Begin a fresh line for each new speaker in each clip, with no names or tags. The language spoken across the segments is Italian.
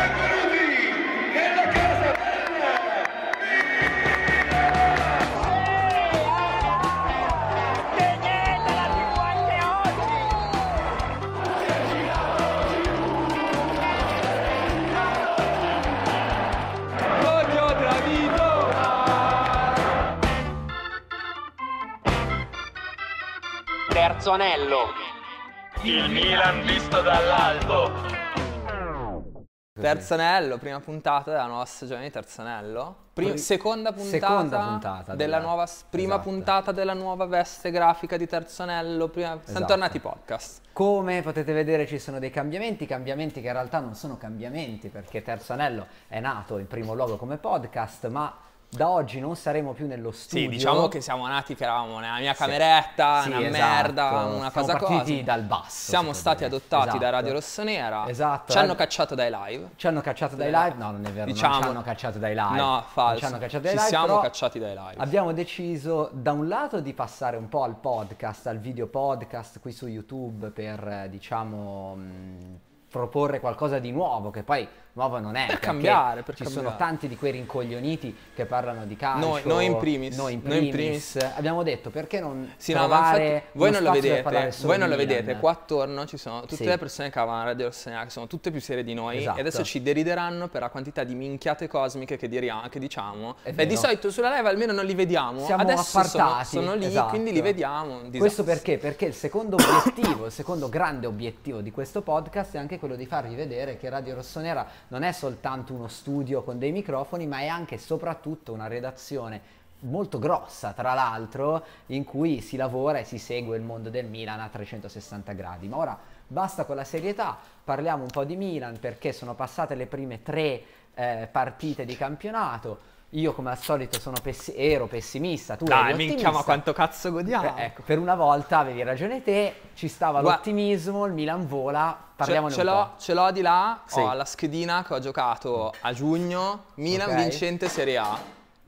Benvenuti nella casa bella! Voglio Dravito!
Terzo anello.
Il Milan visto dall'alto.
Terzo anello, prima puntata della nuova stagione di Terzo anello. Prima-
Pri-
seconda puntata,
seconda puntata
della
della-
nuova, s- prima
esatto.
puntata della nuova veste grafica di Terzo anello. prima- Sono
Esatto.
tornati i podcast.
Come potete vedere ci sono dei cambiamenti, cambiamenti che in realtà non sono cambiamenti perché Terzo Anello è nato in primo luogo come podcast, ma da oggi non saremo più nello
Sì,
studio.
diciamo che siamo nati che eravamo nella mia cameretta,
Sì,
una
esatto.
merda,
Siamo
una cosa
partiti
così.
dal basso, secondo
Siamo stati
me.
adottati da
Esatto.
Radio Rossonera.
Esatto.
Ci hanno cacciato dai live.
Ci hanno cacciato dai live? No, non è vero, non ci hanno cacciato dai live.
Diciamo- No,
Non
falso.
Ci hanno cacciato dai
Ci
live.
siamo
però
cacciati dai live.
Abbiamo deciso da un lato di passare un po' al podcast, al video podcast qui su YouTube per eh, diciamo mh, proporre qualcosa di nuovo che poi nuovo non è
Per
perché
cambiare, per
ci sono
cambiare.
tanti di quei rincoglioniti che parlano di calcio
Noi- noi in primis,
noi in
noi in
primis. abbiamo detto perché non
Sì, no, ma
trovare
infatti voi
uno
non lo
spazio per parlare
vedete,
solo
voi
di
non lo
Milan?
vedete, qua attorno ci sono tutte
Sì.
le persone che avevano Radio Rossonera, che sono tutte più serie di noi
Esatto.
e adesso ci derideranno per la quantità di minchiate cosmiche che, diria- che diciamo.
È
Beh, di
vero.
solito sulla live almeno non li vediamo,
siamo
adesso sono,
appartati
sono lì,
esatto.
quindi li vediamo. un disastro.
questo perché perché il secondo obiettivo il secondo grande obiettivo di questo podcast è anche quello di farvi vedere che Radio Rossonera non è soltanto uno studio con dei microfoni ma è anche e soprattutto una redazione molto grossa tra l'altro in cui si lavora e si segue il mondo del Milan a 360 gradi ma ora basta con la serietà parliamo un po' di Milan perché sono passate le prime tre eh, partite di campionato io come al solito sono pessi- ero pessimista tu
Dai,
eri
minchia, ma
ottimista.
quanto cazzo godiamo.
Eh, ecco, per una volta avevi ragione te, ci stava
Gua-
l'ottimismo, il Milan vola,
Ce-
parliamone
ce
un
l'ho,
po'.
ce l'ho di là,
Sì.
ho la schedina che ho giocato a giugno, Milan
Ok.
vincente Serie A.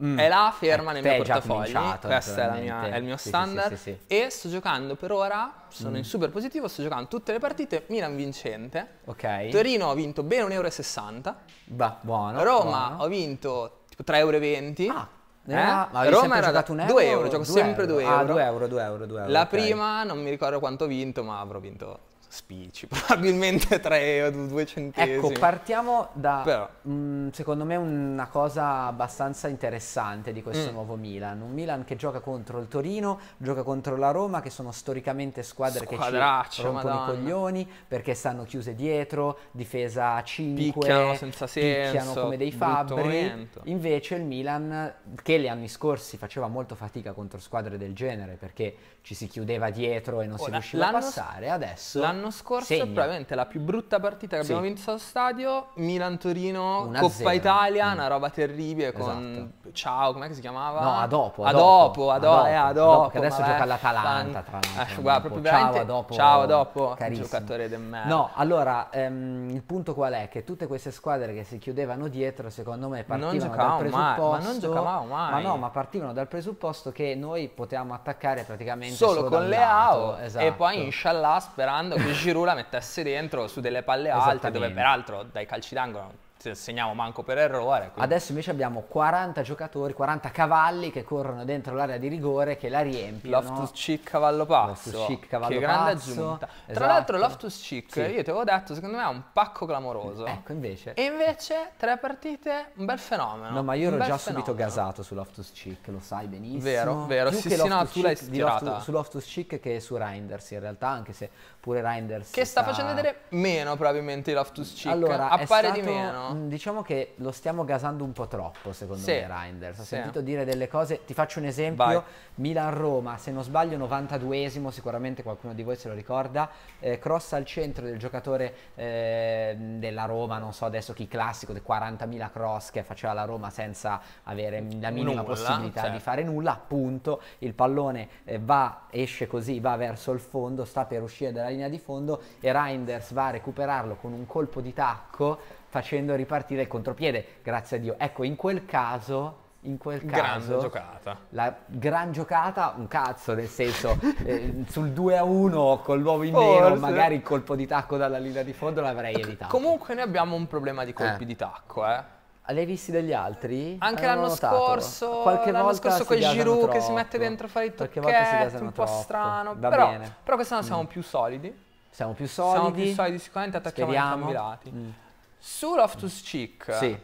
Mm.
È là ferma
Eh,
nel
te
mio
è già
portafogli,
cominciato,
questo è, la mia-
naturalmente.
è il mio
Sì, sì,
standard
sì, sì, sì. Mm.
e sto giocando per ora, sono in super positivo, sto giocando tutte le partite, Milan vincente,
Ok.
Torino ho vinto bene 1,60 euro,
Bah, buono.
Roma
buono.
ho vinto tipo 3,20 euro,
Ah, era- ma avevi
Roma
sempre
era da
giocato un
2 euro, gioco sempre 2 euro.
Ah, 2 euro, 2 euro, 2 euro.
La
ok.
prima non mi ricordo quanto ho vinto, ma avrò vinto spicci, probabilmente 3 o 2 centesimi.
Ecco, partiamo da,
Però-
mm, secondo me, una cosa abbastanza interessante di
Mm.
questo nuovo Milan. Un Milan che gioca contro il Torino, gioca contro la Roma, che sono storicamente squadre che ci
Squadraccio,
rompono
madonna.
i coglioni perché stanno chiuse dietro, difesa a 5,
Picchiano senza senso,
picchiano come dei
brutto
fabbri.
momento.
Invece il Milan, che gli anni scorsi faceva molto fatica contro squadre del genere perché ci si chiudeva dietro e non
Oh,
si
la-
riusciva a
l'anno s-
passare, adesso
L'anno scorso,
segna.
probabilmente la più brutta partita che
Sì.
abbiamo vinto allo stadio, Milan-Torino,
1-0.
Coppa Italia,
Mm. Esatto.
una roba terribile con... Ciao, com'è che si chiamava?
No, a dopo, a
A
dopo,
dopo, a
a
do-
dopo,
eh, a
a dopo,
dopo,
che adesso
ma
gioca
beh,
all'Atalanta,
fan-
tra l'altro,
Eh, guarda,
dopo.
proprio
Ciao, a
veramente-
dopo,
Ciao, a dopo,
carissimo.
giocatore eh. del merda.
No, allora ehm, il punto qual è? Che tutte queste squadre che si chiudevano dietro, secondo me, partivano
giocavamo
dal
mai,
presupposto.
ma non giocavamo mai.
Ma no, ma partivano dal presupposto che noi potevamo attaccare praticamente
solo,
solo, esatto.
con le AO
AO
e poi inshallah sperando che Giroud la mettesse dentro su delle palle alte dove
Esattamente.
peraltro dai calci d'angolo se- segniamo manco per errore quindi-
Adesso invece abbiamo 40 giocatori, 40 cavalli che corrono dentro l'area di rigore che la riempiono.
Loftus Cheek cavallo pazzo
Loftus Cheek, cavallo
che grande
pazzo,
aggiunta tra
esatto.
l'altro Loftus Cheek
Sì.
io ti avevo detto secondo me è un pacco clamoroso
Ecco, invece.
e invece tre partite un bel fenomeno
No, ma io
un
ero
bel
già subito
fenomeno.
gasato su Loftus Cheek, lo sai benissimo.
Vero, vero,
Più
sì,
che
sì, no,
Loftus
tu l'hai
Cheek- di Loftus-
stirata.
su Loftus Cheek che su Reinders in realtà, anche se pure Reinders
che sta facendo vedere meno probabilmente Loftus Cheek
Allora, è
appare di
stato-
meno
mh, Diciamo che lo stiamo gasando un po' troppo, secondo
Sì,
me, Reinders. Ho
sì.
sentito dire delle cose, ti faccio un esempio,
Vai.
Milan-Roma, se non sbaglio 92esimo, sicuramente qualcuno di voi se lo ricorda, eh, cross al centro del giocatore eh, della Roma, non so adesso chi classico, dei 40.000 cross che faceva la Roma senza avere la minima
Nulla,
possibilità
certo.
di fare nulla, appunto il pallone eh, va, esce così, va verso il fondo, sta per uscire dalla linea di fondo e Reinders va a recuperarlo con un colpo di tacco facendo ripartire il contropiede, grazie a Dio. Ecco, in quel caso in quel
Grande
caso
giocata.
la gran giocata, un cazzo, nel senso eh, sul 2 a 1 col l'uovo in
Forse.
meno, magari il colpo di tacco dalla linea di fondo l'avrei evitato.
Ecco, Comunque noi abbiamo un problema di colpi
Eh.
di tacco, eh.
L'hai visti degli altri?
Anche
Eh, non
l'anno
ho notato.
scorso,
Qualche
l'anno
volta
scorso
si
quel
gasano
Giroud che si
troppo.
mette dentro a fare i
Qualche volta si
tocchetti,
gasano
un po'
troppo.
strano,
Va
però,
bene. Mm.
però quest'anno siamo più solidi.
Siamo più solidi.
Siamo più solidi, sicuramente attacchiamo
Speriamo.
entrambi i lati.
Mm.
Su Loftus Cheek,
Sì.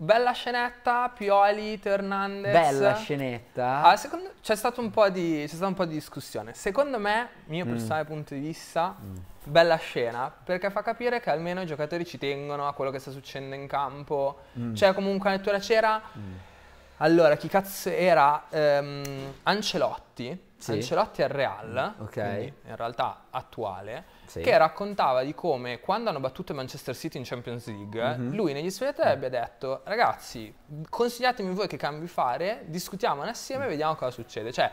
bella scenetta, Pioli, Hernandez.
Bella scenetta.
Ah, secondo- c'è, stato un po' di, c'è stata un po' di discussione. Secondo me, mio
Mm.
personale punto di vista, bella scena perché fa capire che almeno i giocatori ci tengono a quello che sta succedendo in campo.
Mm.
C'è comunque una lettura c'era. Allora, chi cazzo era? Ehm, Ancelotti.
Sì.
Ancelotti al Real,
Ok.
quindi in realtà attuale,
Sì.
che raccontava di come quando hanno battuto il Manchester City in Champions League, lui negli spogliatoi abbia detto ragazzi, consigliatemi voi che cambi fare, discutiamone assieme e vediamo cosa succede. Cioè,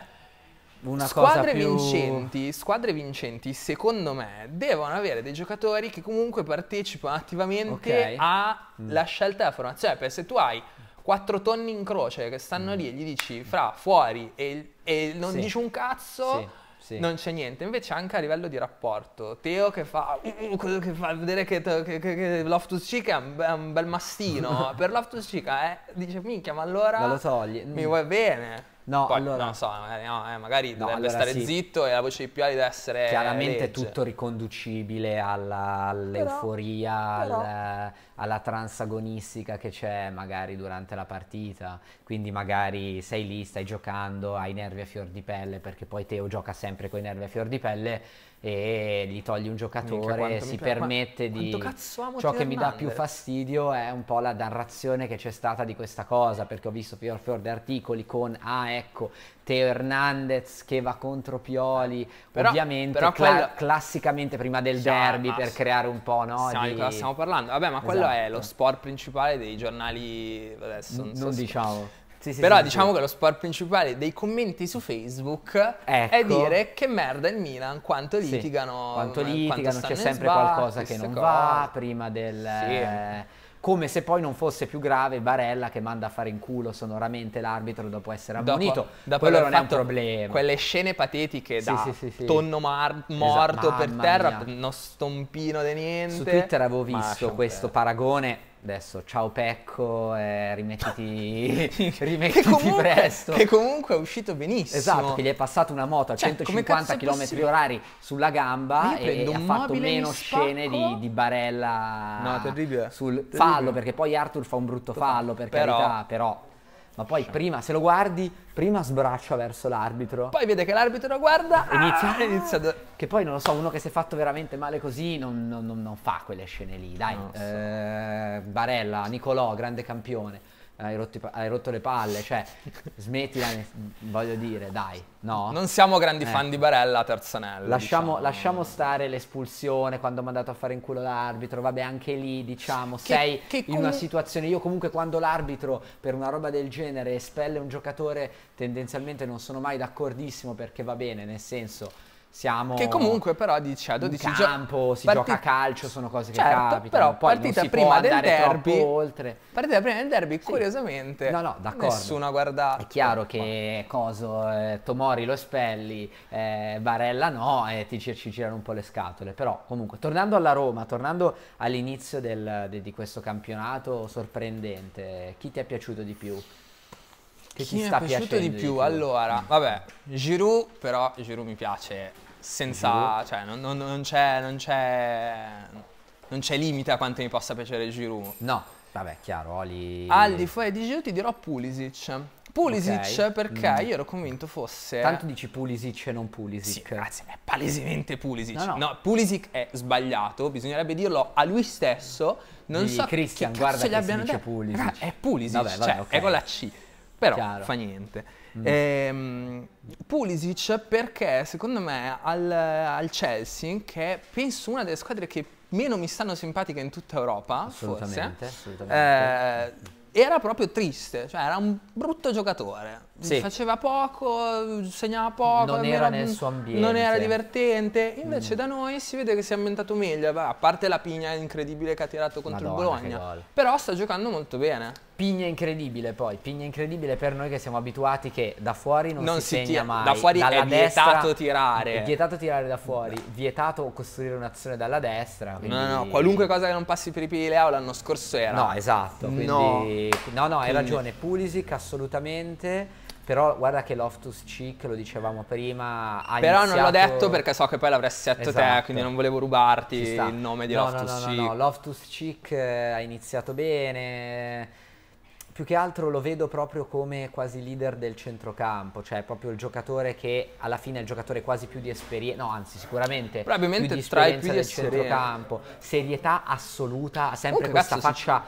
Una cosa
squadre
più...
vincenti, squadre vincenti, secondo me, devono avere dei giocatori che comunque partecipano
Ok.
attivamente
Mm.
alla scelta della formazione. Perché se tu hai quattro tonni in croce che stanno lì e gli dici fra fuori e, e non
Mm. Sì.
dici un cazzo.
Sì, sì.
Non c'è niente, invece anche a livello di rapporto, Teo che fa, "Uh, uh", quello che fa vedere che, che, che, che Loftus Cheek è un, be- è un bel mastino, per Loftus Cheek eh, dice minchia ma allora
Ma lo togli. Mm.
mi vuoi bene?
No,
Poi,
allora-
non so, magari, no, eh, magari
No,
dovrebbe
allora
stare
sì.
zitto e la voce di Pioli deve essere
Chiaramente è
legge.
tutto riconducibile alla- all'euforia,
però-
al- alla transagonistica che c'è magari durante la partita. Quindi magari sei lì, stai giocando, hai i nervi a fior di pelle, perché poi Teo gioca sempre con i nervi a fior di pelle e gli togli un
Minchia,
giocatore,
quanto mi
si
piace-
permette
ma-
di...
quanto cazzo amo
Ciò
Teo
che mi dà più
Hernandez.
fastidio è un po' la narrazione che c'è stata di questa cosa, perché ho visto fior fior di articoli con, ah ecco, Teo Hernandez che va contro Pioli,
Però-
ovviamente
però
cla-
quello-
classicamente prima del
Cioè,
derby
ma
per
s-
creare un po' no,
Siamo
di-
di cosa stiamo parlando? Vabbè, ma quello è lo
Esatto.
sport principale dei giornali adesso.
N-
Non, so
non
se-
diciamo. Sì, sì,
Però
sì, sì,
diciamo
sì.
che lo sport principale dei commenti su Facebook è
Ecco.
dire che merda il Milan, quanto
Sì.
litigano, eh,
quanto
ma-
litigano,
stanno
c'è
in
sempre
sbarco,
qualcosa che
queste
non
cose.
va prima del...
Sì.
eh, come se poi non fosse più grave Barella che manda a fare in culo sonoramente l'arbitro dopo essere
Dopo-
ammonito.
dopo
Quello
aver
non è un
fatto
problema.
Quelle scene patetiche
Sì,
da
sì, sì, sì.
tonno mar- morto per
mamma
terra,
mia.
uno stompino di niente.
Su Twitter avevo
Ma
visto
lasciamo
questo
perdere.
paragone. Adesso, ciao Pecco, eh, rimettiti,
che
rimettiti
comunque,
presto.
che comunque è uscito benissimo.
Esatto, che gli è passata una moto a
Cioè, come cazzo
150
è
km
possibile?
orari sulla
Ma
gamba
io
e,
prendo
ha
un
fatto
mobile, mi
meno scene
spacco?
di, di Barella
No, terribile,
sul
terribile.
fallo, perché poi Arthur fa un brutto fallo, per
Però-
carità, però... Ma poi prima, se lo guardi, prima sbraccia verso l'arbitro.
Poi vede che l'arbitro lo guarda e
Inizia-
inizia, inizia da-
Che poi non lo so, uno che si è fatto veramente male così non, non- non- non fa quelle scene lì. Dai,
Non so.
Eh, Barella, Nicolò, grande campione. Hai rotto, i pa- hai rotto le palle, cioè, smettila, ne- voglio dire, dai, no?
Non siamo grandi
Eh.
fan di Barella a Terzanello.
Lasciamo,
diciamo.
lasciamo stare l'espulsione quando ha mandato a fare in culo l'arbitro, vabbè anche lì diciamo sei
che
in una
comu-
situazione, io comunque quando l'arbitro per una roba del genere espelle un giocatore tendenzialmente non sono mai d'accordissimo perché va bene, nel senso siamo...
Che comunque però dice Cioè, a 12
in
gio-
campo, si
parti-
gioca a calcio, sono cose che
Certo,
capitano,
però
poi non
partita
si può
prima del
andare troppo
derby.
oltre.
Partita prima del derby, curiosamente.
No, no, d'accordo.
Nessuno ha guardato.
È chiaro che Coso, eh, Tomori lo espelli, eh, Barella no, e ti, ci ci girano un po' le scatole. Però comunque, tornando alla Roma, tornando all'inizio del- de- di questo campionato sorprendente, chi ti è piaciuto di più? Che
Chi mi è piaciuto di più? Allora,
Mm.
vabbè, Giroud, però Giroud mi piace senza... cioè non, non- non c'è, non c'è... non c'è limite a quanto mi possa piacere Giroud.
No, vabbè, chiaro, Oli...
Al di fuori di Giroud ti dirò Pulisic. Pulisic
Ok.
perché
Mm.
io ero convinto fosse...
Tanto dici Pulisic e non
eh. Sì, eh,
Pulisic.
ragazzi, è palesemente Pulisic.
No,
No,
no.
Pulisic è sbagliato, bisognerebbe dirlo a lui stesso. Non
Di
so
Christian,
che
guarda
cazzo
che
gli
si
abbiano
dice
detto.
Pulisic.
Raga, È Pulisic,
Vabbè, vabbè,
cioè,
ok.
è con la C. Però
Chiaro. Mm.
fa niente. Ehm, Pulisic perché secondo me al, al Chelsea, che è, penso una delle squadre che meno mi stanno simpatiche in tutta Europa,
Assolutamente,
forse,
assolutamente.
eh, era proprio triste, cioè era un brutto giocatore.
Sì.
Faceva poco, segnava poco,
Non era nel suo ambiente. Mm.
non era divertente. Invece da noi si vede che si è ambientato meglio, Vabbè, a parte la pigna incredibile che ha tirato contro
Madonna,
il
che
Bologna.
gol.
Però sta giocando molto bene.
Pigna incredibile poi, pigna incredibile per noi che siamo abituati che da fuori non,
Non si
si, segna
tira-
mai.
da fuori
dalla
è
destra-
vietato tirare.
È vietato tirare da fuori, vietato costruire un'azione dalla destra. quindi-
No, no, qualunque cosa che non passi per i piedi di Leao l'anno scorso era.
No, esatto, quindi...
No.
No, no, hai
Quindi-
ragione, Pulisic assolutamente, però guarda che Loftus Cheek, lo dicevamo prima, ha
Però non l'ho
iniziato-
detto perché so che poi l'avresti detto te,
Esatto.
quindi non volevo
Ci
rubarti
sta.
il nome di
No,
Loftus
no, no,
Cheek.
No, no, Loftus Cheek eh, ha iniziato bene. Più che altro lo vedo proprio come quasi leader del centrocampo, cioè proprio il giocatore che alla fine è il giocatore quasi più di esperienza, no, anzi sicuramente
Probabilmente
più di
tra i
esperienza
più di
del
esperienza.
centrocampo, serietà assoluta, ha sempre
Comunque,
questa
cazzo, sì.
faccia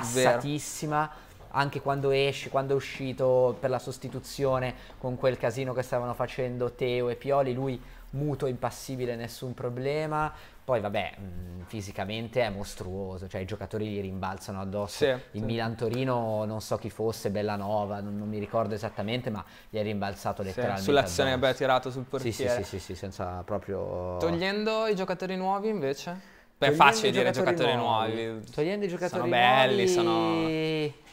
compassatissima. Anche quando esce, quando è uscito per la sostituzione con quel casino che stavano facendo Teo e Pioli, lui muto, impassibile, nessun problema. Poi vabbè, mh, fisicamente è mostruoso, cioè i giocatori gli rimbalzano addosso.
Sì,
Il
sì.
Milan-Torino non so chi fosse, Bellanova, non, non mi ricordo esattamente, ma gli ha rimbalzato
Sì,
letteralmente
Sull'azione che
addosso.
abbiamo tirato sul
Sì,
portiere.
sì, sì, sì, sì, senza proprio...
Togliendo i giocatori nuovi invece? Beh, è
Togliendo
facile
i
dire giocatori nuovi.
Togliendo i giocatori
sono belli,
nuovi.
sono...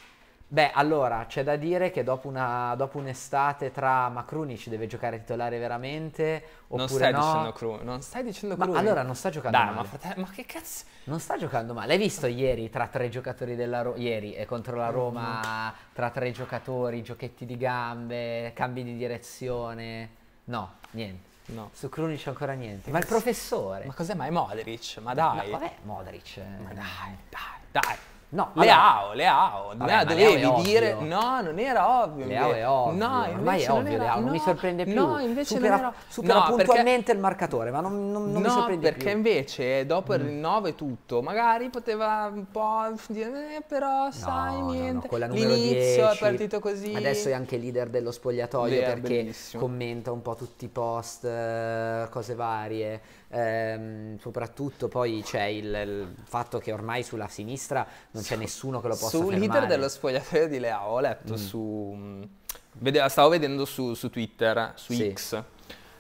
Beh, allora c'è da dire che dopo, una- dopo un'estate tra ma Krunic deve giocare titolare veramente oppure
Non stai
no.
dicendo Cru, non stai dicendo
Ma
Cru.
allora non sta giocando
Dai,
male.
ma, frate- ma che cazzo?
Non sta giocando male. Hai visto ieri tra tre giocatori della Roma? Ieri e contro
Mm-hmm.
la Roma tra tre giocatori, giochetti di gambe, cambi di direzione. No, niente.
No.
Su Krunic ancora niente. Ma il professore.
Ma cos'è mai Modric? Ma
No,
dai.
vabbè, Modric. eh.
Ma dai, dai, dai.
No, allora-
Leao, Leao,
Vabbè,
Leao
ma Leao è
dovevi
ovvio.
dire no, non era ovvio.
Leao
invece.
è ovvio,
No,
ormai
invece
è
non
ovvio
era-
Leao, non mi
no,
sorprende più.
No, invece
supera,
non era
supera
no, perché-
puntualmente il marcatore, ma non, non- non mi
no,
sorprende
perché
più. Mm.
invece dopo il rinnovo e tutto, magari poteva un po' dire, eh, però sai
no,
niente.
No, no, con la numero
L'inizio
10,
è partito così.
Adesso è anche leader dello spogliatoio
Vero,
perché
bellissimo.
commenta un po' tutti i post, eh, cose varie. Ehm, soprattutto poi c'è il, il fatto che ormai sulla sinistra non c'è nessuno che lo possa
Sul
fermare. Mm.
leader dello spogliatoio di Leao ho letto su... mm, vede- stavo vedendo su, su Twitter, su
Sì.
X.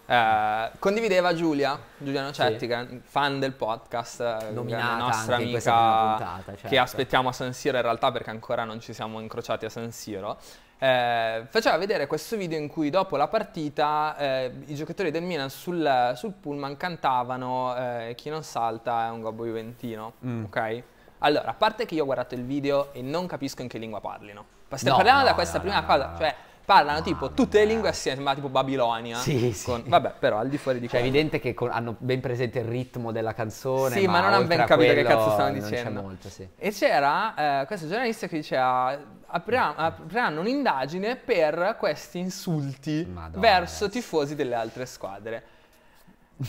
Eh, condivideva Giulia, Giuliano Cetti,
Sì.
gran- fan del podcast, eh,
Nominata
grande nostra
anche in questa prima
amica
puntata,
che
certo.
aspettiamo a San Siro in realtà perché ancora non ci siamo incrociati a San Siro. eh, faceva vedere questo video in cui dopo la partita eh, i giocatori del Milan sul, sul pullman cantavano eh, chi non salta è un gobbo juventino,
Mm.
ok? Allora, a parte che io ho guardato il video e non capisco in che lingua parlino. Pas-
No,
Parliamo
no,
da questa
no,
prima
no,
cosa,
no, no.
cioè parlano
No,
tipo
no,
tutte le
no.
lingue assieme, ma tipo Babilonia.
Sì, sì.
con- Vabbè, però al di fuori di
Cioè, è
quello.
evidente che con- hanno ben presente il ritmo della canzone.
Sì, ma non hanno
oltre
ben
a
capito che
quello
cazzo stanno
non c'è
dicendo.
molto, sì.
E c'era eh, questo giornalista che diceva "Apriamo-
Mm.
apriranno un'indagine per questi insulti
Madonna,
verso
ragazzi.
tifosi delle altre squadre.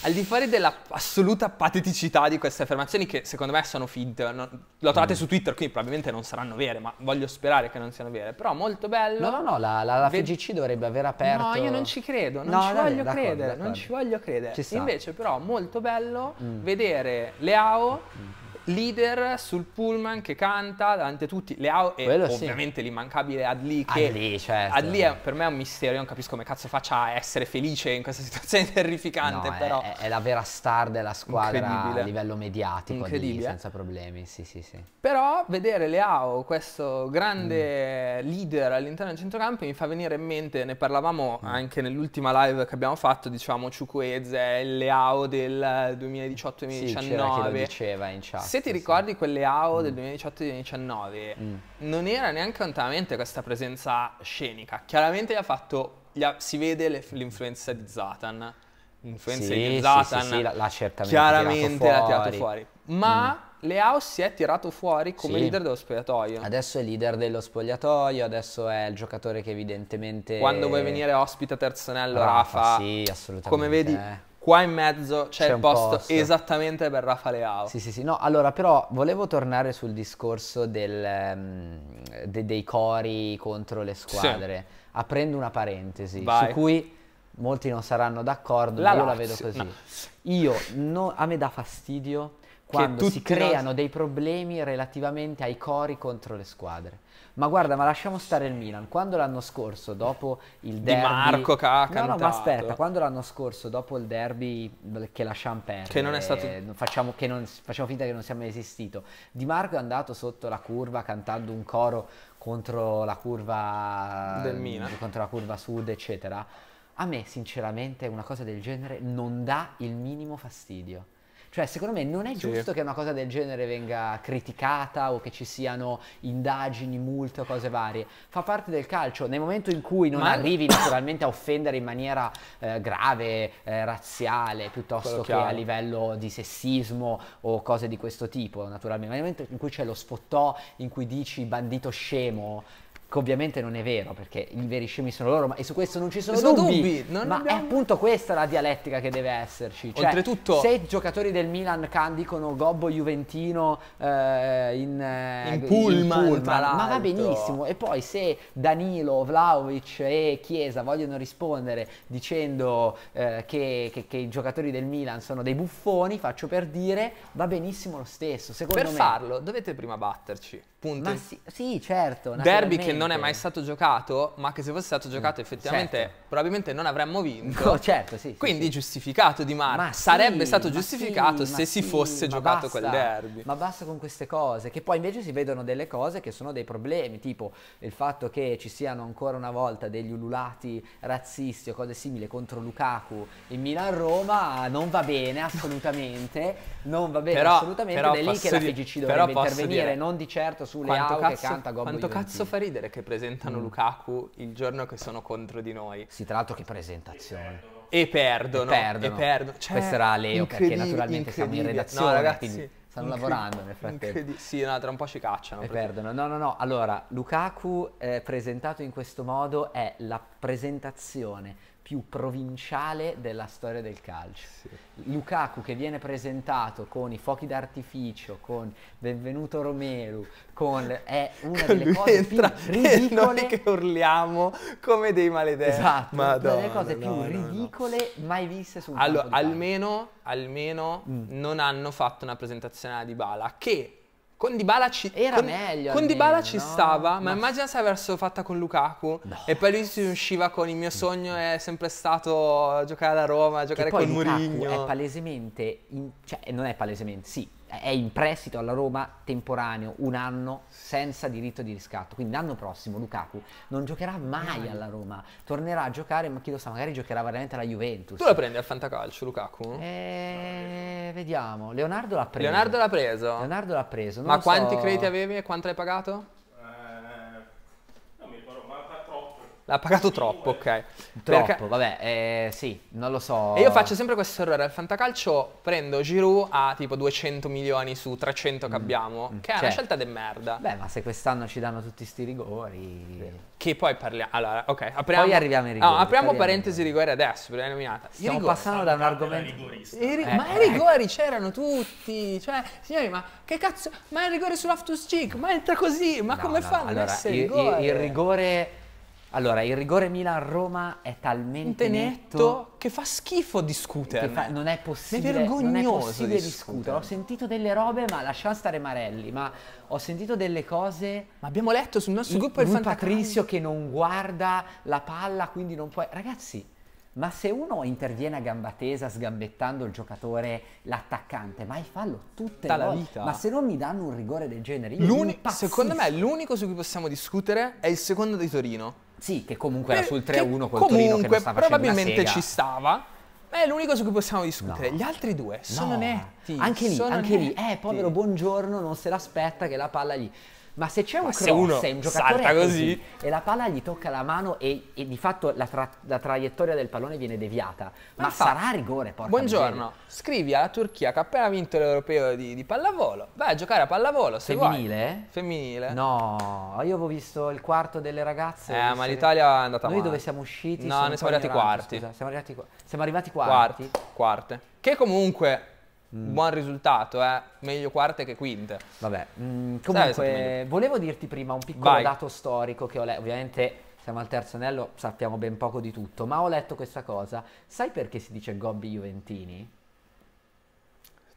Al di fuori dell'assoluta pateticità di queste affermazioni, che secondo me sono finte, non- lo trovate
Mm.
su Twitter, quindi probabilmente non saranno vere, ma voglio sperare che non siano vere. Però molto bello.
No, no, no, la, la, la
Ve-
FGC dovrebbe aver aperto.
No, io non ci credo, non
No,
ci
vabbè,
voglio
d'accordo,
credere, non
d'accordo.
ci voglio credere.
Ci sta.
Invece però molto bello
Mm.
vedere Leao leader sul pullman che canta davanti a tutti. Leao è
Quello sì.
ovviamente l'immancabile Adli che
Adli, certo.
Adli è- per me è un mistero, io non capisco come cazzo faccia a essere felice in questa situazione terrificante,
No, eh, è-
però
è, è la vera star della squadra
Incredibile.
a livello mediatico lì,
Incredibile.
senza problemi. Sì, sì, sì.
Però vedere Leao, questo grande
Mm.
leader all'interno del centrocampo, mi fa venire in mente, ne parlavamo
Mm.
anche nell'ultima live che abbiamo fatto, dicevamo Ciucuezze, è il Leao del
Sì, c'era chi lo
2018-2019.
diceva in chat.
Se ti
sì.
ricordi quel Leao del 2018-2019,
Mm.
non era neanche lontanamente questa presenza scenica. Chiaramente gli ha fatto, gli ha- si vede le- l'influenza di Zatan. L'influenza
Sì,
di
sì,
Zatan
sì, sì, l'ha- l'ha certamente
chiaramente
tirato
l'ha tirato
fuori. Mm.
fuori. Ma Leao si è tirato fuori come
Sì.
leader dello spogliatoio.
Adesso è leader dello spogliatoio, adesso è il giocatore che evidentemente.
Quando vuoi venire ospite a Terzonello, Rafa,
Rafa, sì, assolutamente,
come vedi,
eh.
qua in mezzo c'è,
C'è
il
un
posto,
posto.
esattamente per Rafa Leao.
Sì, sì, sì. No, allora, però volevo tornare sul discorso del, ehm, de- dei cori contro le squadre, aprendo una parentesi
Vai.
su cui molti non saranno d'accordo,
La
ma io la
Lazio,
vedo così.
no.
Io, no- a me dà fastidio quando si
tutti noi-
creano dei problemi relativamente ai cori contro le squadre. Ma guarda, ma lasciamo stare il Milan. Quando l'anno scorso, dopo il derby...
Marco che ha
No, No,
cantato.
ma aspetta, quando l'anno scorso, dopo il derby che lasciamo perdere...
Che non è stato-
eh, Facciamo, che non- facciamo finta che non sia mai esistito. Di Marco è andato sotto la curva cantando un coro contro la curva...
Del Milan.
Contro la curva sud, eccetera. A me, sinceramente, una cosa del genere non dà il minimo fastidio. Cioè, secondo me non è
Sì.
giusto che una cosa del genere venga criticata o che ci siano indagini, multe o cose varie. Fa parte del calcio. Nel momento in cui non
Ma-
arrivi naturalmente a offendere in maniera eh, grave, eh, razziale, piuttosto
Quello
che
chiaro.
a livello di sessismo o cose di questo tipo, naturalmente. Ma nel momento in cui c'è lo spottò in cui dici bandito scemo, che ovviamente non è vero, perché i veri scemi sono loro, ma e su questo non ci sono,
Sono
dubbi.
dubbi, non
ma è
abbiamo-
appunto questa la dialettica che deve esserci. Cioè,
Oltretutto-
se i giocatori del Milan can dicono Gobbo Juventino eh, in, eh,
In pullman, tra
ma va
l'altro.
benissimo. E poi se Danilo, Vlaovic e Chiesa vogliono rispondere dicendo eh, che, che- che i giocatori del Milan sono dei buffoni, faccio per dire, va benissimo lo stesso. Secondo
Per
me.
farlo dovete prima batterci. Punto.
Ma sì, sì, certo.
Derby che non è mai
naturalmente.
stato giocato, ma che se fosse stato giocato effettivamente
certo.
probabilmente non avremmo vinto.
No, certo, sì. sì,
Quindi
sì.
giustificato Di Marco.
Ma sì,
Sarebbe stato
ma
giustificato
sì,
se
ma sì,
si fosse
ma
giocato
basta,
quel derby.
Ma basta con queste cose, che poi invece si vedono delle cose che sono dei problemi, tipo il fatto che ci siano ancora una volta degli ululati razzisti o cose simili contro Lukaku in Milan-Roma non va bene assolutamente, non va bene
Però-
assolutamente
però
ed è lì che
posso
la
dire-
FGC
però
dovrebbe
posso
intervenire,
dire-
non di certo sulle
Quanto
AU che
cazzo,
canta Gobbo Mm.
quanto
Juventino.
cazzo fa ridere che presentano Lukaku il giorno che sono contro di noi
Sì, tra l'altro che presentazione.
e perdono.
E perdono.
e perdono. Cioè,
Questo era Leo, perché
incredibile,
naturalmente siamo in
incredibile.
redazione,
No, ragazzi,
quindi stanno
incredibile,
lavorando nel frattempo.
incredibile. Sì, no, tra un po' ci cacciano.
E
perché-
perdono. No, no, no. Allora, Lukaku eh, presentato in questo modo è la presentazione più provinciale della storia del calcio. Lukaku che viene presentato con i fuochi d'artificio, con Benvenuto Romelu, con è una
Con
delle
lui
cose più
entra e noi
ridicole
che urliamo come dei maledetti.
Esatto, una delle
Madonna,
cose più
no, no, no.
ridicole mai viste su un
Allora,
campo di calcio. Mm.
almeno, almeno non hanno fatto una presentazione a Dybala che con Dybala ci
Era
con,
meglio
con
almeno,
Dybala ci
no?
stava, ma,
Ma-
immagina se avessero fatta con Lukaku
No. Mm.
e poi lui si usciva con il mio sogno è sempre stato giocare alla Roma,
Che
giocare
poi
con
Lukaku
Mourinho.
è palesemente, in- cioè non è palesemente, sì, è in prestito alla Roma temporaneo, un anno senza diritto di riscatto. Quindi l'anno prossimo Lukaku non giocherà mai alla Roma, tornerà a giocare, ma chi lo sa, magari giocherà veramente alla Juventus.
Tu la prendi al fantacalcio Lukaku?
Eh, vediamo, Leonardo l'ha preso.
Leonardo l'ha preso.
Leonardo l'ha preso. non
ma
lo
quanti
so.
crediti avevi e quanto l'hai pagato?
Eh, Non mi ricordo, ma fa troppo.
L'ha pagato troppo, ok.
Troppo,
Perché-
vabbè, eh, sì, non lo so.
E io faccio sempre questo errore al fantacalcio, prendo Giroud a tipo 200 milioni su 300 che abbiamo, che è
Cioè-
una scelta de merda.
Beh, ma se quest'anno ci danno tutti sti rigori...
Che poi parliamo. Allora, ok, apriamo.
Poi arriviamo ai
No,
rigori,
apriamo
poi arriviamo ai
parentesi rigore adesso, perché l'hai nominata. I
Stiamo
rigori.
passando da un argomento...
I ri-
Eh,
ma i
eh.
rigori c'erano tutti, cioè, signori, ma che cazzo? Ma il rigore sull'Aftus Cheek, ma entra così, ma
No,
come
no,
fanno
no,
a
allora,
essere
il, il-
rigore?
il rigore allora il rigore Milan-Roma è talmente
Niente
netto
netto che fa schifo
che
discutere.
fa- non è possibile,
È vergognoso
non è possibile discutere.
discutere.
ho sentito delle robe ma lasciamo stare Marelli ma ho sentito delle cose
Ma abbiamo letto sul nostro
il
gruppo il fantacalcio.
Patrizio che non guarda la palla quindi non può ragazzi ma se uno interviene a gamba tesa sgambettando il giocatore, l'attaccante, ma fallo tutte
Tutta
le
la
volte.
vita.
Ma se non mi danno un rigore del genere, io
L'uni-
impazzisco.
secondo me l'unico su cui possiamo discutere è il secondo di Torino.
Sì, Eh, che comunque era sul 3-1
Perché
col Torino che
Eh, comunque
non sta facendo una
probabilmente
sega.
ci stava. Ma è l'unico su cui possiamo discutere.
No.
Gli altri due sono
No,
netti.
Anche lì,
sono
anche lì.
netti.
Eh, povero buongiorno, non se l'aspetta che la palla gli... Ma se c'è un
Ma
cross
se uno
e un giocatore
salta
è così,
così-
e la palla gli tocca la mano e, e di fatto la, tra- la traiettoria del pallone viene deviata, ma,
Ma infatti-
sarà rigore, porca
Buongiorno,
miseria.
scrivi alla Turchia che ha appena vinto l'europeo di, di pallavolo. Vai a giocare a pallavolo se
Femminile?
vuoi. Femminile?
No, io avevo visto il quarto delle ragazze.
Eh,
ho visto
ma
che-
l'Italia è andata
Noi
male.
dove siamo usciti?
No,
sono
ne
un
siamo
po'
arrivati
ignorante,
quarti.
scusa. Siamo arrivati, qua- siamo arrivati quarti. Mm.
Quarti. Quarte. Che comunque, buon risultato, eh. Meglio quarte che quinte.
Vabbè, mm,
stato
comunque
meglio.
volevo dirti prima un piccolo
Vai.
dato storico che ho letto, ovviamente siamo al terzo anello, sappiamo ben poco di tutto, ma ho letto questa cosa. Sai perché si dice Gobbi Juventini?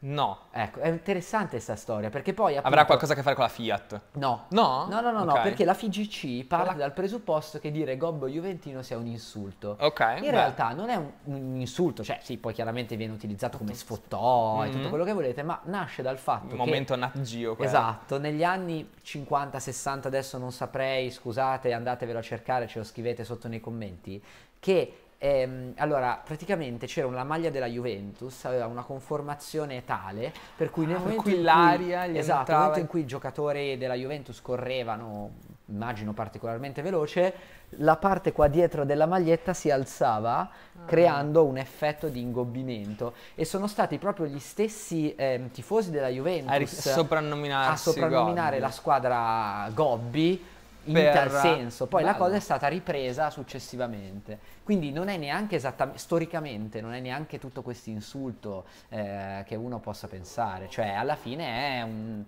No.
Ecco, è interessante questa storia perché poi appunto,
Avrà qualcosa a che fare con la Fiat.
No.
No?
No, no, no, no,
Ok.
perché la FIGC parte
Parla-
dal presupposto che dire gobbo juventino sia un insulto.
Ok.
In
beh.
realtà non è un, un insultò, cioè sì, poi chiaramente viene utilizzato come sfottò e tutto
Mhm.
quello che volete, ma nasce dal fatto
Un
che
momento Nat Geo. quello.
Esatto, negli anni 50, 60, adesso non saprei, scusate, andatevelo a cercare, ce lo scrivete sotto nei commenti, che ehm, allora praticamente c'era una maglia della Juventus, aveva una conformazione tale per cui nel
Ah, per
momento
cui
in cui
l'aria gli
esatto, nel
entrava
momento
in-
in cui i giocatori della Juventus correvano, immagino particolarmente veloce, la parte qua dietro della maglietta si alzava creando un effetto di ingobbimento e sono stati proprio gli stessi ehm, tifosi della Juventus
A Ah, ri- soprannominarsi.
a soprannominare
Gobbi.
la squadra Gobbi in
Per-
tal senso. Poi la
Bello.
cosa è stata ripresa successivamente. Quindi non è neanche esattamente storicamente, non è neanche tutto questo insulto eh, che uno possa pensare. Cioè, alla fine è un-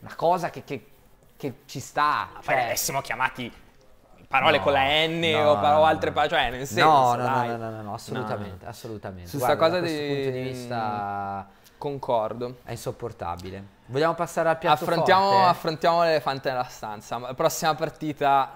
una cosa che, che- che ci sta.
Ma poi
Cioè,
avessimo chiamati eh, parole
No,
con la N
no,
o,
no,
par- o
no,
altre
no.
parole, cioè nel senso,
No, no, no,
dai.
no, no, no, no, assolutamente, assolutamente.
Su
Guarda,
sta cosa
da questo
di-
punto di vista
Concordo.
è insopportabile. Vogliamo passare al piatto
Affrontiamo,
Certo, forte?
affrontiamo l'elefante nella stanza. La prossima partita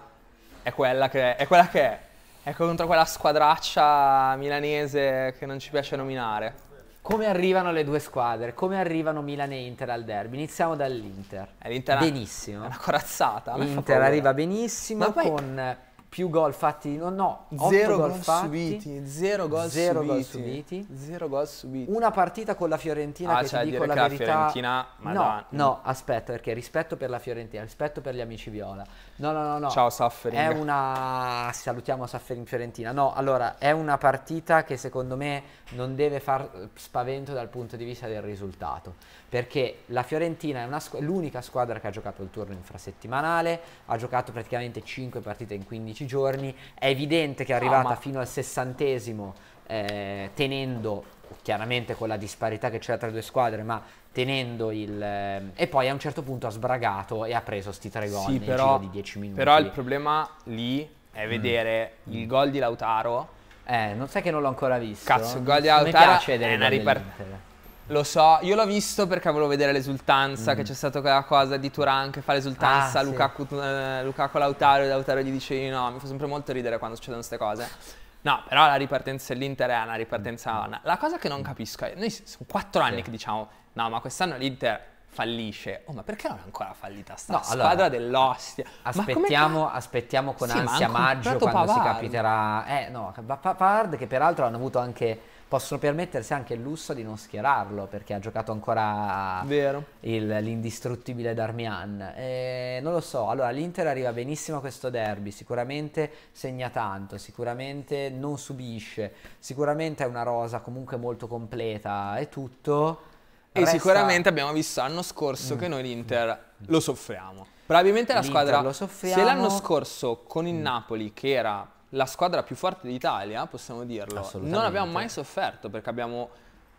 è quella che è. Quella che è. È contro quella squadraccia milanese che non ci piace nominare.
Come arrivano le due squadre? Come arrivano Milan e Inter al derby? Iniziamo dall'Inter.
È l'Inter-
Benissimo.
È una corazzata. a me Ah, fa
L'Inter
paura.
arriva benissimo
Ma poi-
con eh, più gol fatti, no, no, otto
Zero
gol
gol,
fatti.
subiti. Zero gol
Zero gol
subiti.
subiti.
Zero gol subiti.
Una partita con la Fiorentina
Ah,
che
c'è da
ti dico
dire
la
che la
verità.
Fiorentina,
no,
madonna.
no, aspetta, perché rispetto per la Fiorentina, rispetto per gli amici viola. No, no, no, no.
Ciao, Suffering.
È una salutiamo Saffering Fiorentina. No, allora, è una partita che secondo me non deve far spavento dal punto di vista del risultato, perché la Fiorentina è una squ- l'unica squadra che ha giocato il turno infrasettimanale, ha giocato praticamente 5 partite in 15 giorni, è evidente che è arrivata
ma-
fino al sessantesimo eh, tenendo chiaramente con la disparità che c'era tra le due squadre, ma tenendo il ehm, e poi a un certo punto ha sbragato e ha preso sti tre gol
Sì,
nel
però, Mm.
giro di 10 minuti.
però il problema lì è vedere il gol di Lautaro.
Eh, non sai che non l'ho ancora visto.
Cazzo, il
Non-
gol di
non mi
Lautaro
piace vedere
è
i
una
gol
ripartenza.
dell'Inter.
Lo so, io l'ho visto perché volevo vedere l'esultanza, che c'è stata quella cosa di Turan che fa l'esultanza,
Mm. Ah, sì.
Lukaku, eh, Lukaku a Lautaro e Lautaro gli dice di no, mi fa sempre molto ridere quando succedono queste cose. No, però la ripartenza dell'Inter è una ripartenza...
Mm.
una- La cosa che non capisco è, noi s- sono quattro anni che diciamo, no, ma quest'anno l'Inter fallisce. Oh, ma perché non è ancora fallita sta
No, allora,
squadra dell'ostia? Ma come
Aspettiamo, aspettiamo con
Sì, ma
ansia
hanno
maggio
comprato
quando si
Pavard.
capiterà. Eh no, Pa- Pa- Pavard che peraltro hanno avuto anche. Possono permettersi anche il lusso di non schierarlo perché ha giocato ancora
ca- Vero.
il- l'indistruttibile Darmian. Eh, non lo so, allora l'Inter arriva benissimo a questo derby, sicuramente segna tanto, sicuramente non subisce, sicuramente è una rosa comunque molto completa e tutto.
E
Resta-
sicuramente abbiamo visto l'anno scorso che noi l'Inter lo soffriamo. Probabilmente la
L'Inter
squadra.
lo soffriamo. Mm.
Se l'anno scorso con il Napoli, che era la squadra più forte d'Italia, possiamo dirlo,
Assolutamente.
non abbiamo mai sofferto perché abbiamo,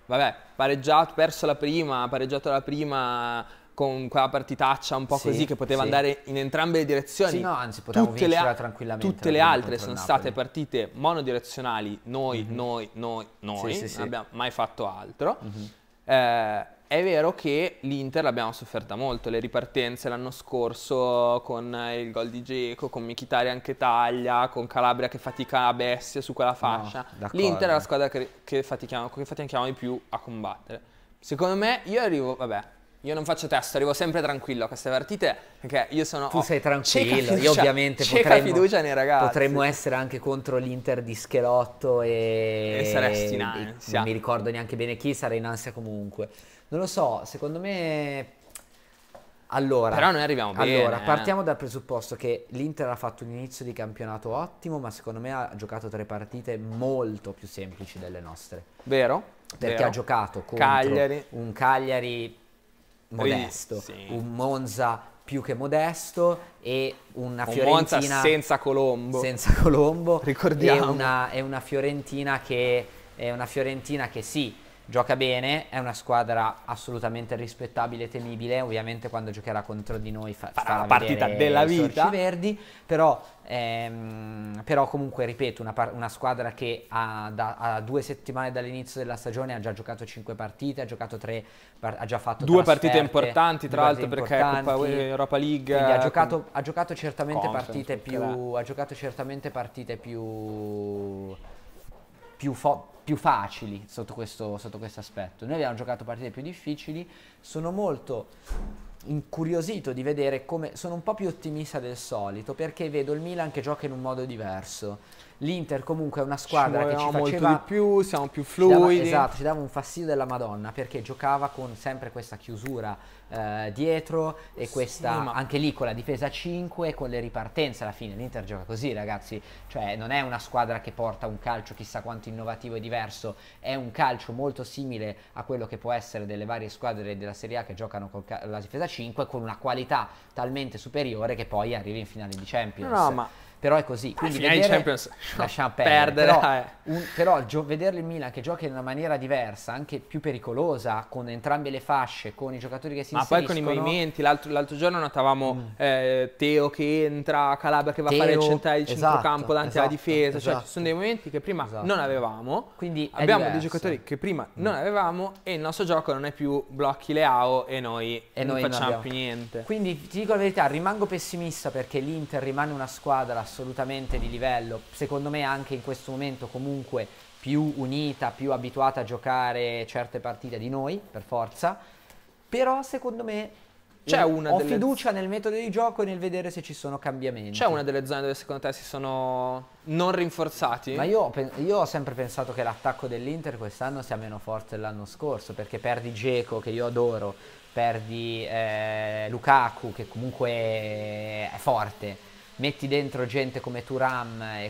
vabbè, pareggiato, perso la prima, pareggiato la prima con quella partitaccia un po'
Sì,
così che poteva
sì.
andare in entrambe le direzioni.
Sì, no, anzi, potevamo
le
vincerla
a-
tranquillamente
Tutte
la
le
prima
altre
contro
sono
il
state
Napoli. Mm-hmm.
partite monodirezionali, noi, noi, noi, noi,
Sì, sì, Mm. sì.
non abbiamo mai fatto altro.
Mhm.
Eh, è vero che l'Inter l'abbiamo sofferta molto, le ripartenze l'anno scorso con eh, il gol di Geco, con Mkhitaryan anche taglia, con Calabria che fatica a bestia su quella fascia.
d'accordo.
L'Inter è la squadra che, che fatichiamo, che fatichiamo di più a combattere. Secondo me io arrivo, vabbè, io non faccio testo, arrivo sempre tranquillo a queste partite perché io sono...
Tu
ho
sei
cieca
tranquillo, io
fiducia-
ovviamente
cieca
potremmo,
fiducia nei ragazzi.
potremmo essere anche contro l'Inter di Schelotto e,
E saresti in ansia.
Non mi ricordo neanche bene chi, sarei in ansia comunque. Non lo so, secondo me... Allora,
Però noi arriviamo bene.
allora,
eh.
partiamo dal presupposto che l'Inter ha fatto un inizio di campionato ottimo, ma secondo me ha giocato tre partite molto più semplici delle nostre.
Vero?
Perché
Vero.
ha giocato contro
Cagliari.
un Cagliari modesto,
sì.
un Monza più che modesto e una
Un
Fiorentina
Monza senza Colombo.
senza Colombo.
Ricordiamo.
È una, è una Fiorentina che è una Fiorentina che sì, gioca bene, è una squadra assolutamente rispettabile e temibile, ovviamente quando giocherà contro di noi fa-
Farà
farà
la partita
vedere
della
i sorci
vita.
verdi, però, ehm, però comunque ripeto, una, par- una squadra che ha da- a due settimane dall'inizio della stagione ha già giocato cinque partite, ha giocato tre, par- ha già fatto
Due partite
trasferte,
importanti, tra
due
l'altro,
partite
perché Coppa
importanti.
Europa League,
Quindi ha
eh,
giocato,
con-
ha giocato certamente
Conference,
partite
tutto là.
più ha giocato certamente partite più più, fo- più facili sotto questo, sotto questo aspetto. Noi abbiamo giocato partite più difficili, sono molto incuriosito di vedere come sono un po' più ottimista del solito perché vedo il Milan che gioca in un modo diverso. L'Inter comunque è una squadra che ci
muoviamo molto
faceva
di più, siamo più
ci dava-
fluidi.
esatto, ci dava un fastidio della Madonna perché giocava con sempre questa chiusura eh, dietro e questa
ma-
anche lì con la difesa a 5 con le ripartenze alla fine. L'Inter gioca così, ragazzi. Cioè, non è una squadra che porta un calcio chissà quanto innovativo e diverso, è un calcio molto simile a quello che può essere delle varie squadre della Serie A che giocano con la difesa a 5 con una qualità talmente superiore che poi arriva in finale di Champions.
No, ma-
Però è così. Quindi
finale di
vedere-
Champions,
lasciamo
perdere,
perdere. però
eh.
un- però gio- vedere il Milan che gioca in una maniera diversa, anche più pericolosa, con entrambe le fasce, con i giocatori che si
Ma poi con i
inseriscono,
movimenti, l'altro, l'altro giorno notavamo eh, Teo che entra, Calabria che va a fare il
Teo,
centrale di
esatto,
centrocampo davanti alla
esatto,
difesa, cioè
esatto.
ci sono dei movimenti che prima
Esatto.
non avevamo,
Quindi è
abbiamo dei
diverso. Mm.
giocatori che prima non avevamo e il nostro gioco non è più blocchi Leao e noi
E
non
noi non
facciamo
abbiamo-
più niente.
Quindi ti dico la verità, rimango pessimista perché l'Inter rimane una squadra assolutamente di livello, secondo me anche in questo momento comunque più unita, più abituata a giocare certe partite di noi, per forza, però secondo me
C'è una
ho
delle-
fiducia nel metodo di gioco e nel vedere se ci sono cambiamenti.
C'è una delle zone dove secondo te si sono non rinforzati?
Ma io, ho pen- io ho sempre pensato che l'attacco dell'Inter quest'anno sia meno forte dell'anno scorso, perché perdi Geco, che io adoro, perdi eh, Lukaku, che comunque è forte, metti dentro gente come Turam e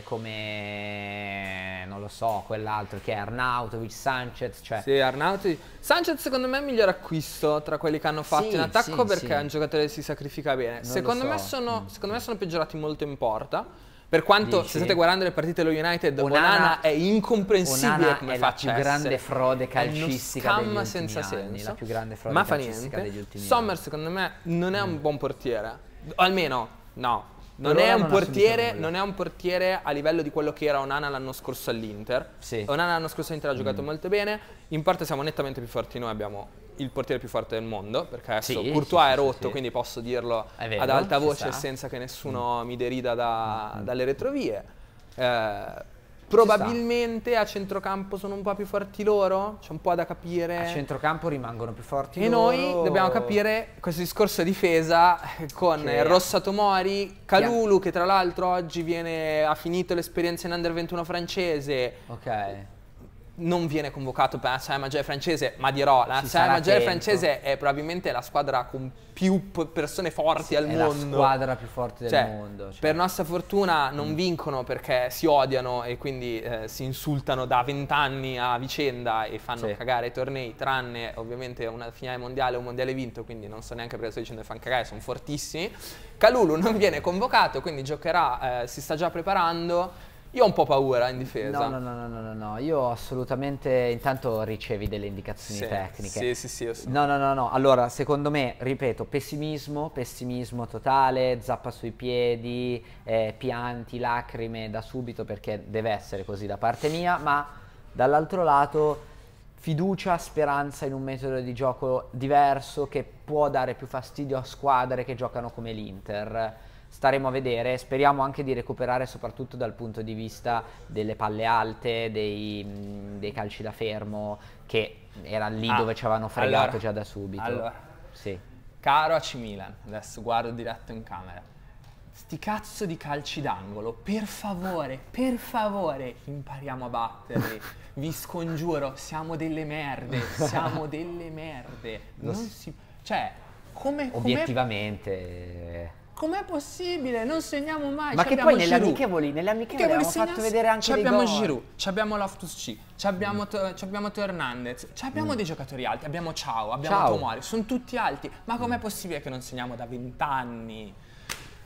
come, non lo so, quell'altro che è Arnautovic, Sanchez, cioè...
Sì, Arnauti. Sanchez secondo me è il miglior acquisto tra quelli che hanno fatto
Sì,
in attacco
sì,
perché
sì.
è un giocatore che si sacrifica bene.
lo
Secondo, me
so. Mm.
sono, secondo me sono peggiorati molto in porta. Per quanto,
Dici?
se state guardando le partite dello United,
Onana-
Onana, è incomprensibile
Onana
come
è la
faccia
più grande
essere.
frode
È uno
calcistica
scam
degli ultimi
senza
anni,
senso.
la più grande frode
Ma fa
calcistica
niente.
degli ultimi
Sommer,
anni. Mm.
secondo me, non è un buon portiere. O almeno, no. Non
Per ora
è, un
non ha subito
portiere,
nulla.
non è un portiere a livello di quello che era Onana l'anno scorso all'Inter.
Sì. Mm.
Onana l'anno scorso all'Inter ha giocato molto bene. In parte siamo nettamente più forti noi, abbiamo il portiere più forte del mondo. Perché adesso
Sì, sì,
Courtois
sì,
è
sì,
rotto,
sì.
quindi posso dirlo
È vero,
ad alta
ci
voce
sta. Mm.
senza che nessuno mi derida da- dalle retrovie. Eh, probabilmente a centrocampo sono un po' più forti loro. C'è un po' da capire.
A centrocampo rimangono più forti
E
loro.
noi dobbiamo capire questo discorso di difesa eh, con
Che-
Rossatomori, Calulu che tra l'altro oggi viene- ha finito l'esperienza in Under 21 francese,
Ok.
non viene convocato per la nazionale maggiore francese, ma dirò, la
Ci
nazionale
sarà
maggiore
tempo.
francese è probabilmente la squadra con più p- persone forti al
è la
mondo.
squadra più forte del
Cioè,
mondo. cioè. Mm.
Per nostra fortuna non vincono perché si odiano e quindi eh, si insultano da vent'anni a vicenda e fanno
Sì.
cagare i tornei, tranne ovviamente una finale mondiale, un mondiale vinto, quindi non so neanche perché sto dicendo che fanno cagare, sono fortissimi. Calulu non viene convocato, quindi giocherà, eh, si sta già preparando. Io ho un po' paura in difesa.
No, no, no, no, no, no, no, io assolutamente intanto ricevi delle indicazioni
Sì,
tecniche.
Sì, sì, sì, io so.
No, no, no, no. Allora, secondo me, ripeto, pessimismo, pessimismo totale, zappa sui piedi, eh, pianti, lacrime da subito perché deve essere così da parte mia, ma dall'altro lato fiducia, speranza in un metodo di gioco diverso che può dare più fastidio a squadre che giocano come l'Inter. Staremo a vedere, speriamo anche di recuperare soprattutto dal punto di vista delle palle alte, dei, mh, dei calci da fermo, che era lì
Ah,
dove ci avevano fregato
allora,
già da subito.
allora.
Sì.
Caro AC Milan, adesso guardo diretto in camera. Sti cazzo di calci d'angolo, per favore, per favore, impariamo a batterli. Vi scongiuro, siamo delle merde, siamo delle merde. Non si... Cioè, come... Com'è,
Obiettivamente. eh.
com'è possibile? Non segniamo mai.
Ma
ci
che
abbiamo
poi nelle
Giroud.
amichevoli, nelle amichevoli
Amichevoli
avevamo fatto
segnasse-
vedere anche
ci
dei
abbiamo
gol.
Giroud, ci abbiamo Loftus C, ci abbiamo, To- ci abbiamo Teo Hernandez, ci abbiamo dei giocatori alti, abbiamo Ciao, abbiamo
Mm. Ciao. Mm.
Tomori, sono tutti alti. Ma com'è possibile che non segniamo da vent'anni?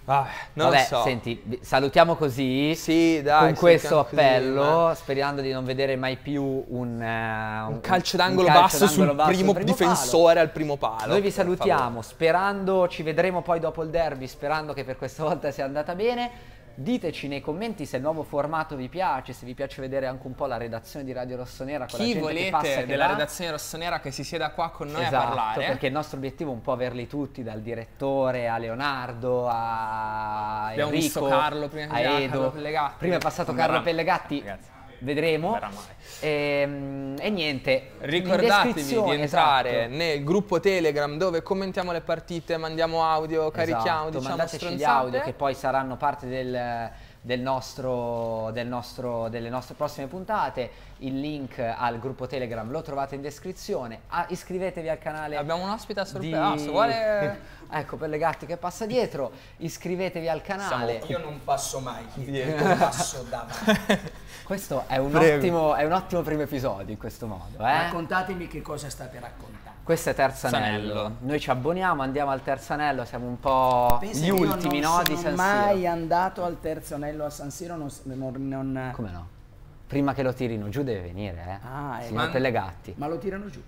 Ah, non
Vabbè,
lo so.
senti, vi- salutiamo così.
Sì, dai,
con questo
sentiamo così,
appello,
ma-
sperando di non vedere mai più un, eh,
Un
un-
calcio
un
d'angolo
calcio
basso
d'angolo
sul
basso
primo,
al palo.
difensore al primo palo.
Noi vi
per favore.
salutiamo, sperando, ci vedremo poi dopo il derby, sperando che per questa volta sia andata bene. Diteci nei commenti se il nuovo formato vi piace, se vi piace vedere anche un po' la redazione di Radio Rossonera con la
Chi
gente che passa
volete
che
della
va.
redazione rossonera che si sieda qua con noi
esatto,
a parlare?
perché il nostro obiettivo è un po' averli tutti, dal direttore a Leonardo a
Abbiamo
Enrico,
visto Carlo prima
a
che era
Edo.
Carlo Pellegatti.
Prima è passato
Non
Carlo
verrà-
Pellegatti.
ragazzi,
Vedremo.
non verrà mai.
Ehm, E, niente. in
Ricordatevi di
descrizione,
entrare
esatto.
nel gruppo Telegram dove commentiamo le partite, mandiamo audio, carichiamo,
Esatto,
diciamo
mandateci
stronzate.
gli audio che poi saranno parte del, del nostro, del nostro- delle nostre prossime puntate. Il link al gruppo Telegram lo trovate in descrizione. Ah, iscrivetevi al canale.
Abbiamo un ospite a
di-
sorpresa. Ah, se vuole
ecco, per le gatti che passa dietro, iscrivetevi al canale.
Io non passo mai dietro, passo davanti.
Questo è un,
Prego.
ottimo, è un ottimo primo episodio in questo modo. Eh?
Raccontatemi che cosa state raccontando.
Questo è Terzanello.
Terzanello.
Noi ci abboniamo, andiamo al Terzanello, siamo un po'
Pensa
gli
che io
ultimi
non
no di San Siro.
sono mai andato al terzo anello a San Siro, non, non- non-
Come no? Prima che lo tirino giù deve venire, eh.
Ah, eh,
Signor
ma-
Pellegatti.
ma lo tirano giù.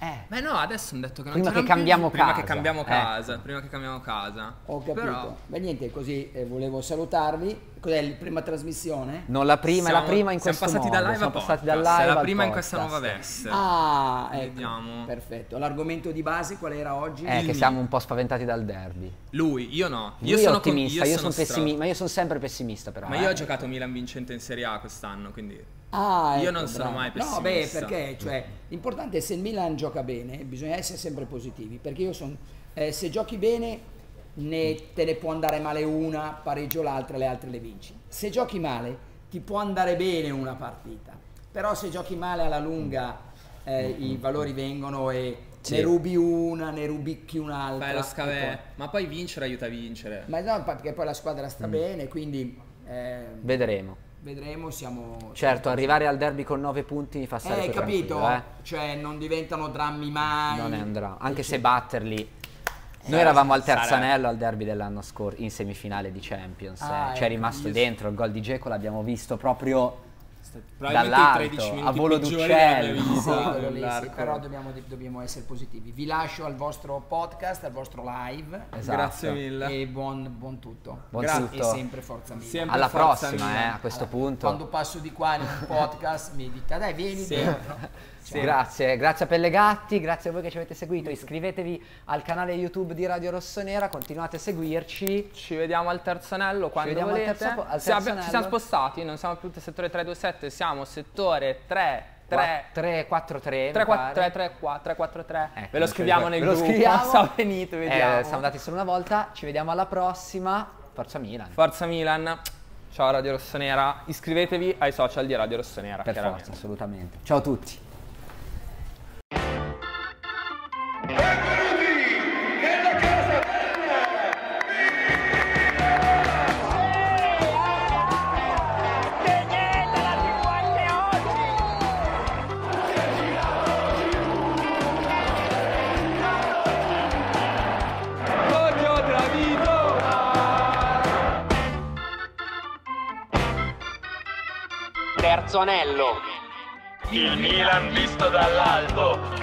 Eh.
Beh no, adesso hanno detto che non
Prima
ci
che
erano più.
cambiamo
prima
casa,
che cambiamo
eh.
casa, prima che cambiamo casa.
Ho capito.
Però
Beh, niente, così eh, volevo salutarvi. Cos'è la prima trasmissione?
Non la prima, è la
siamo-
prima in
siamo
questo
passati
modo.
da live
siamo
a
passati da
podcast,
live
è la
al
prima in questa
podcast.
nuova veste.
Ah, ecco.
Vediamo.
Perfetto. L'argomento di base qual era oggi?
Eh, che
Lui.
siamo un po' spaventati dal derby.
Lui, io no.
Lui
io
è
sono con-
ottimista, io sono,
stra-
pessimista, ma io sono sempre pessimista però.
Ma io
eh.
ho giocato Milan vincente in Serie A quest'anno, quindi
Ah,
Io
ecco,
non sono
bravo.
mai
No, beh,
pessimista.
perché cioè, l'importante è se il Milan gioca bene, bisogna essere sempre positivi, perché io sono eh, se giochi bene
Mm.
ne- te ne può andare male una, pareggio l'altra, le altre le vinci. Se giochi male ti può andare bene una partita, però se giochi male alla lunga eh,
Mm,
i valori vengono e ne rubi una, ne rubicchi un'altra.
fai lo
e
scavè.
poi-
Ma poi vincere aiuta a vincere.
Ma no, perché poi la squadra
Mm.
sta bene, quindi eh,
Vedremo.
vedremo, siamo...
Certo, arrivare al derby con 9 punti mi fa stare
Eh, hai
più
capito?
tranquillo, eh.
Cioè, non diventano drammi mai.
Non andrà, anche se batterli. Noi
Eh,
eravamo al
sarà-
terzanello al derby dell'anno scorso in semifinale di Champions.
Ah,
eh. C'è
ecco,
rimasto
io-
dentro il gol di Geco, l'abbiamo visto proprio
Probabilmente i 13
dall'alto,
minuti
a volo
peggiori
d'uccello.
della mia vita.
Sì, quello lì, sì,
L'arco.
però dobbiamo, dobbiamo essere positivi. Vi lascio al vostro podcast, al vostro live.
Esatto.
Grazie mille.
E buon, buon tutto.
Buon
Grazie.
tutto.
E sempre forza mia.
Sempre
Alla
forza
prossima,
mia.
eh, a questo punto.
Quando passo di qua in un podcast mi dite dai vieni dentro.
Sì. Grazie, grazie a Pellegatti, grazie a voi che ci avete seguito. Iscrivetevi al canale YouTube di Radio Rossonera, continuate a seguirci.
Ci vediamo al terzo anello quando
vediamo al
volete.
terzo po- al
Se abbi-
terzo
ci siamo
anello.
spostati, non siamo più settore 327, siamo settore 3 3
3 4 3
3 4 3 3 4 3 4 3
Ecco,
Ve lo
non
scriviamo
so-
nel
ve lo
gruppo.
scriviamo. Eh,
Sa venite, vediamo.
siamo andati solo una volta, ci vediamo alla prossima. Forza Milan.
Forza Milan. Ciao Radio Rossonera, iscrivetevi ai social di Radio Rossonera,
per
chiaramente.
forza, assolutamente. Ciao a tutti.
Benvenuti nella casa bella! Voglio tradito!
Terzo anello.
Il Milan visto dall'alto